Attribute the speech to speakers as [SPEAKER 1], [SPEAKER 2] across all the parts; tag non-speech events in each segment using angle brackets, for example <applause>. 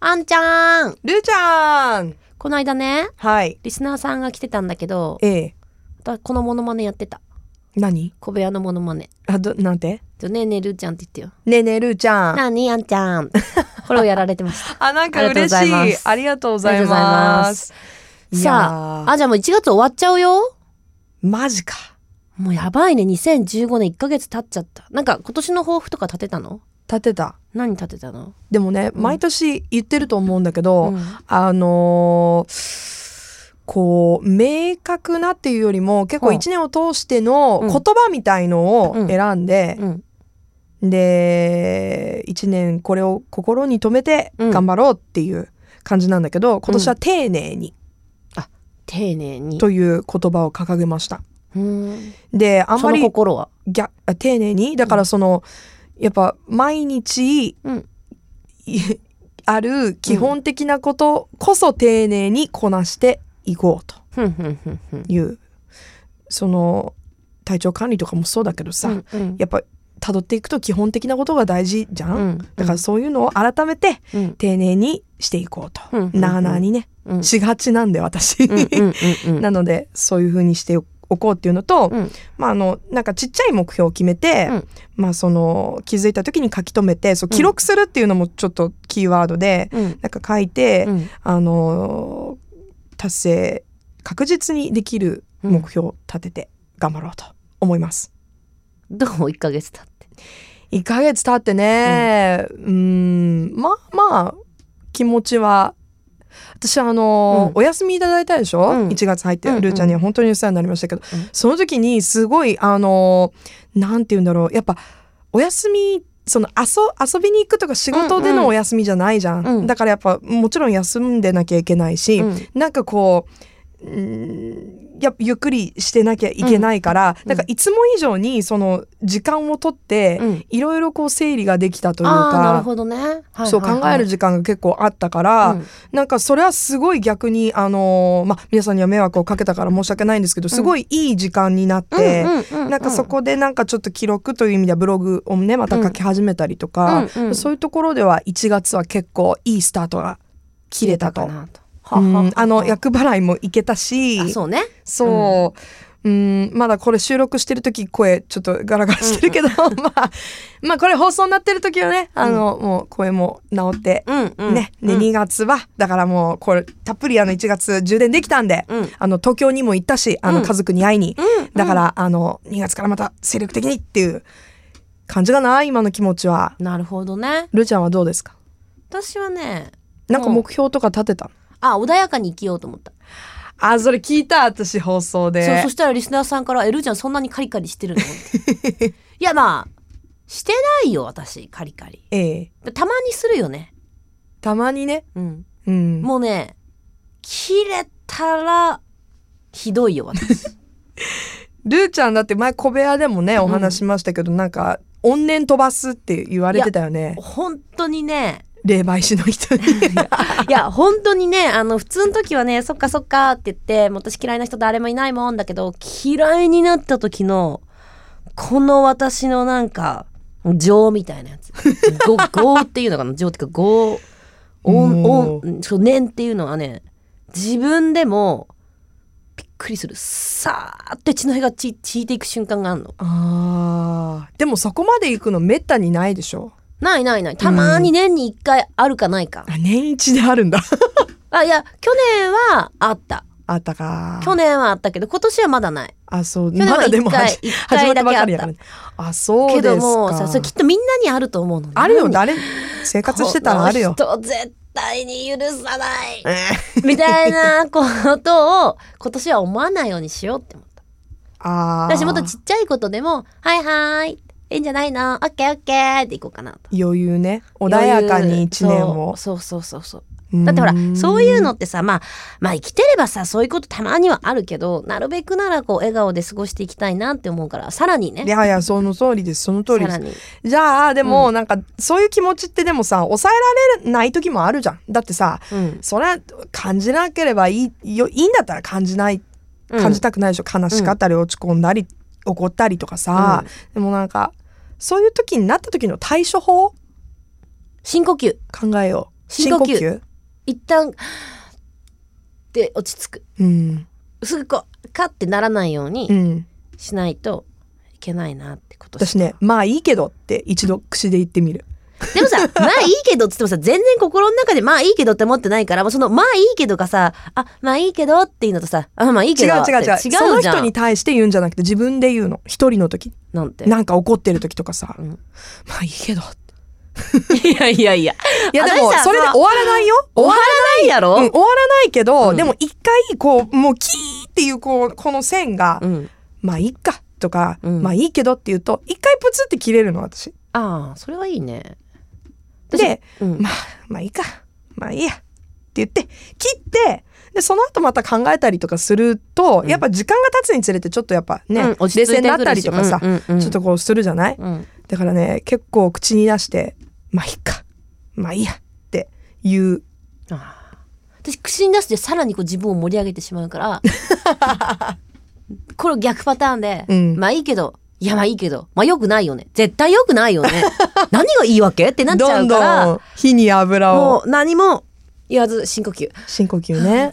[SPEAKER 1] あんちゃん
[SPEAKER 2] ルーちゃん
[SPEAKER 1] この間ね、
[SPEAKER 2] はい。
[SPEAKER 1] リスナーさんが来てたんだけど、
[SPEAKER 2] ええ。
[SPEAKER 1] だこのモノマネやってた。
[SPEAKER 2] 何
[SPEAKER 1] 小部屋のモノマネ。
[SPEAKER 2] あ、ど、なんて
[SPEAKER 1] ちょねえねえルーちゃんって言ってよ。
[SPEAKER 2] ねえねえ、ルーちゃん。
[SPEAKER 1] なにあんちゃ
[SPEAKER 2] <laughs>
[SPEAKER 1] ん。これをやられてました。
[SPEAKER 2] あ、なんか
[SPEAKER 1] ありがとうご
[SPEAKER 2] 嬉
[SPEAKER 1] ざいます
[SPEAKER 2] しい。ありがとうござい
[SPEAKER 1] ありがとうございま
[SPEAKER 2] ますす。
[SPEAKER 1] さあ、
[SPEAKER 2] あ、
[SPEAKER 1] あ、じゃあもう1月終わっちゃうよ。
[SPEAKER 2] マジか。
[SPEAKER 1] もうやばいね。2015年1ヶ月経っちゃった。なんか今年の抱負とか立てたの
[SPEAKER 2] 立てた。
[SPEAKER 1] 何立てたの
[SPEAKER 2] でもね、
[SPEAKER 1] うん
[SPEAKER 2] 毎年言ってると思うんだけど、
[SPEAKER 1] うん
[SPEAKER 2] あのーこう明確なっていうよりも結構
[SPEAKER 1] うん
[SPEAKER 2] 一年を通しての
[SPEAKER 1] うん
[SPEAKER 2] 言葉みたいの
[SPEAKER 1] うん
[SPEAKER 2] を選んで、
[SPEAKER 1] うん。
[SPEAKER 2] で一年これを心に留めて
[SPEAKER 1] うん
[SPEAKER 2] 頑張ろうっていう感じなんだけど、今年は丁寧に
[SPEAKER 1] 丁寧に。
[SPEAKER 2] という言葉を掲げました。
[SPEAKER 1] うん。
[SPEAKER 2] であん
[SPEAKER 1] そ
[SPEAKER 2] ま
[SPEAKER 1] の
[SPEAKER 2] り
[SPEAKER 1] 心は。
[SPEAKER 2] 逆あ丁寧にだからその、やっぱ毎日、
[SPEAKER 1] うん
[SPEAKER 2] いある基本的なことこそ丁寧にこなしていこうと
[SPEAKER 1] ふんふんふんふん。
[SPEAKER 2] いうその体調管理とかもそうだけどさ、
[SPEAKER 1] うんうん
[SPEAKER 2] やっぱ辿っていくと基本的なことが大事じゃん、
[SPEAKER 1] うん
[SPEAKER 2] だからそういうのを改めて
[SPEAKER 1] うん
[SPEAKER 2] 丁寧にしていこうと、
[SPEAKER 1] うんうんうん
[SPEAKER 2] なあなあにね、
[SPEAKER 1] うん
[SPEAKER 2] しがちなんで私、
[SPEAKER 1] うんうんうんうん
[SPEAKER 2] なのでそういうふうにしておこうっていうのと、
[SPEAKER 1] うん
[SPEAKER 2] まああのなんかちっちゃい目標を決めて、
[SPEAKER 1] うん
[SPEAKER 2] まあその気づいた時に書き留めてそ
[SPEAKER 1] う
[SPEAKER 2] う
[SPEAKER 1] ん
[SPEAKER 2] 記録するっていうのもちょっとキーワードで、
[SPEAKER 1] うん
[SPEAKER 2] なんか書いて、
[SPEAKER 1] うん
[SPEAKER 2] あのー達成確実にできる目標を立てて頑張ろうと思います。
[SPEAKER 1] どう1ヶ月経って。
[SPEAKER 2] 1ヶ月経ってね、うーん、まあまあ気持ちは私あのー、
[SPEAKER 1] うん
[SPEAKER 2] お休みいただいたでしょ、
[SPEAKER 1] うん
[SPEAKER 2] 1月入って、
[SPEAKER 1] うんうん
[SPEAKER 2] ルーちゃんには本当にお世話になりましたけど、
[SPEAKER 1] うん
[SPEAKER 2] その時にすごいあのーなんて言うんだろうやっぱお休みその遊遊びに行くとか仕事で
[SPEAKER 1] うんうん
[SPEAKER 2] のお休みじゃないじゃん、
[SPEAKER 1] うん
[SPEAKER 2] だからやっぱもちろん休んでなきゃいけないし、
[SPEAKER 1] うん
[SPEAKER 2] なんかこううーんやっぱゆっくりしてなきゃいけないから、
[SPEAKER 1] うん
[SPEAKER 2] なんかいつも以上にその時間をとって、
[SPEAKER 1] うん
[SPEAKER 2] いろいろこう整理ができたという
[SPEAKER 1] ああーなる
[SPEAKER 2] か、
[SPEAKER 1] ほどね。はいはいはい
[SPEAKER 2] そう考える時間が結構あったから、
[SPEAKER 1] うん
[SPEAKER 2] なんかそれはすごい逆にあのーまあ皆さんには迷惑をかけたから申し訳ないんですけどすごいいい時間になって、なんかそこでなんかちょっと記録という意味ではブログをねまた書き始めたりとか、
[SPEAKER 1] うんうん
[SPEAKER 2] そういうところでは1月は結構いいスタートが切れたと。
[SPEAKER 1] な
[SPEAKER 2] うんあの
[SPEAKER 1] や
[SPEAKER 2] 役払いもいけたし
[SPEAKER 1] あそうね。
[SPEAKER 2] そう。うん、まだこれ収録してる時声ちょっとガラガラしてるけど、 <laughs> まあ、まあこれ放送になってる時はね、あの、もう声も治って、
[SPEAKER 1] うんうん
[SPEAKER 2] ね、ね、2月は、だからもうこれたっぷりあの1月充電できたんで、
[SPEAKER 1] うん
[SPEAKER 2] あの東京にも行ったし、あの
[SPEAKER 1] うん
[SPEAKER 2] 家族に会いに、
[SPEAKER 1] うん
[SPEAKER 2] だからあの2月からまた精力的にっていう感じかな、今の気持ちは。
[SPEAKER 1] なるほどね。
[SPEAKER 2] るーちゃんはどうですか
[SPEAKER 1] 私はね
[SPEAKER 2] なんか目標とか立てたの
[SPEAKER 1] あ穏やかに生きようと思った。
[SPEAKER 2] あ、それ聞いた、私放送で
[SPEAKER 1] そうそしたらリスナーさんから「えるーちゃんそんなにカリカリしてる
[SPEAKER 2] <laughs>
[SPEAKER 1] の?」っていやまあしてないよ私カリカリ。
[SPEAKER 2] ええ。
[SPEAKER 1] たまにするよね。
[SPEAKER 2] たまにね、
[SPEAKER 1] うん、
[SPEAKER 2] うん。
[SPEAKER 1] もうね切れたらひどいよ
[SPEAKER 2] <laughs>
[SPEAKER 1] 私。
[SPEAKER 2] ルーちゃんだって前小部屋でもねお話しましたけど、なんか怨念飛ばすって言われてたよね
[SPEAKER 1] 本当にね
[SPEAKER 2] 霊媒師の
[SPEAKER 1] <laughs>
[SPEAKER 2] 人に
[SPEAKER 1] いや本当にねあの普通の時はねそっかそっかって言ってもう私嫌いな人誰もいないもんだけど嫌いになった時のこの私のなんか情みたいなやつご <laughs> 業っていうのかな情っていうか業音
[SPEAKER 2] もう
[SPEAKER 1] 音そう念っていうのはね自分でもびっくりするさーって血の毛がち散いていく瞬間があるの
[SPEAKER 2] あーでもそこまで行くのめったにないでしょ
[SPEAKER 1] ないないないたまーに年に1回あるかないか、
[SPEAKER 2] あ年一であるんだ
[SPEAKER 1] あいや去年はあった
[SPEAKER 2] <laughs> あったか
[SPEAKER 1] 去年はあったけど今年はまだない
[SPEAKER 2] あそう
[SPEAKER 1] 去年は
[SPEAKER 2] まだでも
[SPEAKER 1] 一回
[SPEAKER 2] 始
[SPEAKER 1] 一
[SPEAKER 2] 始ま
[SPEAKER 1] 回
[SPEAKER 2] った
[SPEAKER 1] だけ
[SPEAKER 2] ば
[SPEAKER 1] あ
[SPEAKER 2] か
[SPEAKER 1] っ
[SPEAKER 2] りやから
[SPEAKER 1] た
[SPEAKER 2] ねあそう
[SPEAKER 1] け
[SPEAKER 2] で
[SPEAKER 1] ど
[SPEAKER 2] す
[SPEAKER 1] も
[SPEAKER 2] か
[SPEAKER 1] さそれきっとみんなにあると思うのね
[SPEAKER 2] あるよ誰生活してたらあるよ
[SPEAKER 1] この人絶対に許さないみたい
[SPEAKER 2] <laughs>
[SPEAKER 1] なことを今年は思わないようにしようって思った
[SPEAKER 2] あー
[SPEAKER 1] 私もっとちっちゃいことでも「はいはいいいんじゃないのオッケーオッケー」っていこうかなと。
[SPEAKER 2] 余裕ね穏やかに一年を
[SPEAKER 1] そうそうそうそうそうだってほらそういうのってさまあまあ生きてればさそういうことたまにはあるけどなるべくならこう笑顔で過ごしていきたいなって思うからさらにね
[SPEAKER 2] いやいやその通りですその通り
[SPEAKER 1] さ
[SPEAKER 2] です
[SPEAKER 1] らに
[SPEAKER 2] じゃあでもなんかそういう気持ちってでもさ抑えられない時もあるじゃんだってさ
[SPEAKER 1] うん
[SPEAKER 2] それは感じなければいいよいいんだったら感じない感じたくないでしょ、悲しかったり落ち込んだり怒ったりとかさ、でもなんかそういう時になった時の対処法
[SPEAKER 1] 深呼吸
[SPEAKER 2] 考えよう
[SPEAKER 1] 深呼吸一旦で落ち着く
[SPEAKER 2] うん
[SPEAKER 1] すぐこうカッてならないよう
[SPEAKER 2] う
[SPEAKER 1] に
[SPEAKER 2] ん
[SPEAKER 1] しないといけないなってこと
[SPEAKER 2] 私ねまあいいけどって一度口で言ってみる
[SPEAKER 1] でもさ、 <laughs> まあいいけどっつってもさ、全然心の中でまあいいけどって思ってないから、もうそのまあいいけどがさ、あ、まあいいけどっていうのとさ、あ、まあいい
[SPEAKER 2] 違
[SPEAKER 1] け
[SPEAKER 2] う
[SPEAKER 1] どって
[SPEAKER 2] 違う違う
[SPEAKER 1] 違うじゃん。
[SPEAKER 2] その人に対して言うんじゃなくて自分で言うの一人の時
[SPEAKER 1] なんて。
[SPEAKER 2] なんか怒ってる時とかさ、
[SPEAKER 1] うん
[SPEAKER 2] まあいいけどっ
[SPEAKER 1] <laughs>
[SPEAKER 2] て
[SPEAKER 1] いやいやいや。
[SPEAKER 2] いやでも
[SPEAKER 1] 私さ
[SPEAKER 2] それで
[SPEAKER 1] まあ
[SPEAKER 2] 終わらないよ
[SPEAKER 1] 終わらないや
[SPEAKER 2] うん
[SPEAKER 1] ろ
[SPEAKER 2] 終わらないけど、
[SPEAKER 1] うん
[SPEAKER 2] でも一回こうもうキーっていうこうこの線が、
[SPEAKER 1] うん。
[SPEAKER 2] まあいいかとか、
[SPEAKER 1] うん
[SPEAKER 2] まあいいけどっていうと一回プツって切れるの私
[SPEAKER 1] ああ、それはいいね。私
[SPEAKER 2] で、
[SPEAKER 1] うん
[SPEAKER 2] まあまあいいかまあいいやって言って切ってでその後また考えたりとかすると、
[SPEAKER 1] うん
[SPEAKER 2] やっぱ時間が経つにつれてちょっとやっぱね、
[SPEAKER 1] うん
[SPEAKER 2] 冷静になったりとかさ、
[SPEAKER 1] うんうんうん
[SPEAKER 2] ちょっとこうするじゃない、
[SPEAKER 1] うん。
[SPEAKER 2] だからね結構口に出してまあいいかまあいいやって言う
[SPEAKER 1] ああ私、口に出してさらにこう自分を盛り上げてしまう
[SPEAKER 2] <laughs>
[SPEAKER 1] から、これ逆パターンで、
[SPEAKER 2] うん
[SPEAKER 1] まあいいけど、いやまあいいけど、まあ良くないよね。絶対良くないよね。
[SPEAKER 2] <laughs>
[SPEAKER 1] 何がいいわけってなっちゃう
[SPEAKER 2] ど
[SPEAKER 1] んから、
[SPEAKER 2] どん火に油
[SPEAKER 1] も
[SPEAKER 2] を
[SPEAKER 1] う何も言わず深呼吸。
[SPEAKER 2] 深呼吸ね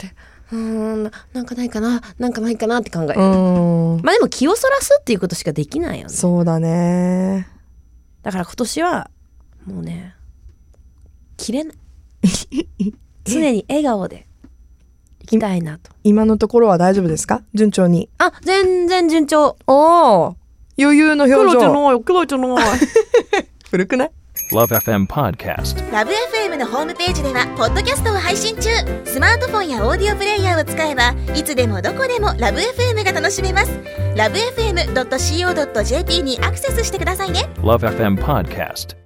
[SPEAKER 1] うーん、なんかないかな、なんかないかなって考える。
[SPEAKER 2] うん
[SPEAKER 1] まあでも気をそらすっていうことしかできないよね。
[SPEAKER 2] そうだね
[SPEAKER 1] だから今年は、もうね、切れ
[SPEAKER 2] <laughs>
[SPEAKER 1] ない。常に笑顔で、いきたいなと。
[SPEAKER 2] 今のところは大丈夫ですか順調に
[SPEAKER 1] あ、全然順調。
[SPEAKER 2] おお余裕の表情
[SPEAKER 1] い、黒じゃない。
[SPEAKER 2] 古くない
[SPEAKER 3] Love FM Podcast.
[SPEAKER 4] ラブ f m のホームページではポッドキャストを配信中スマートフォンやオーディオプレイヤーを使えばいつでもどこでもラブ f m が楽しめますラブ FM.co.jp にアクセスしてくださいね
[SPEAKER 3] Love FM Podcast.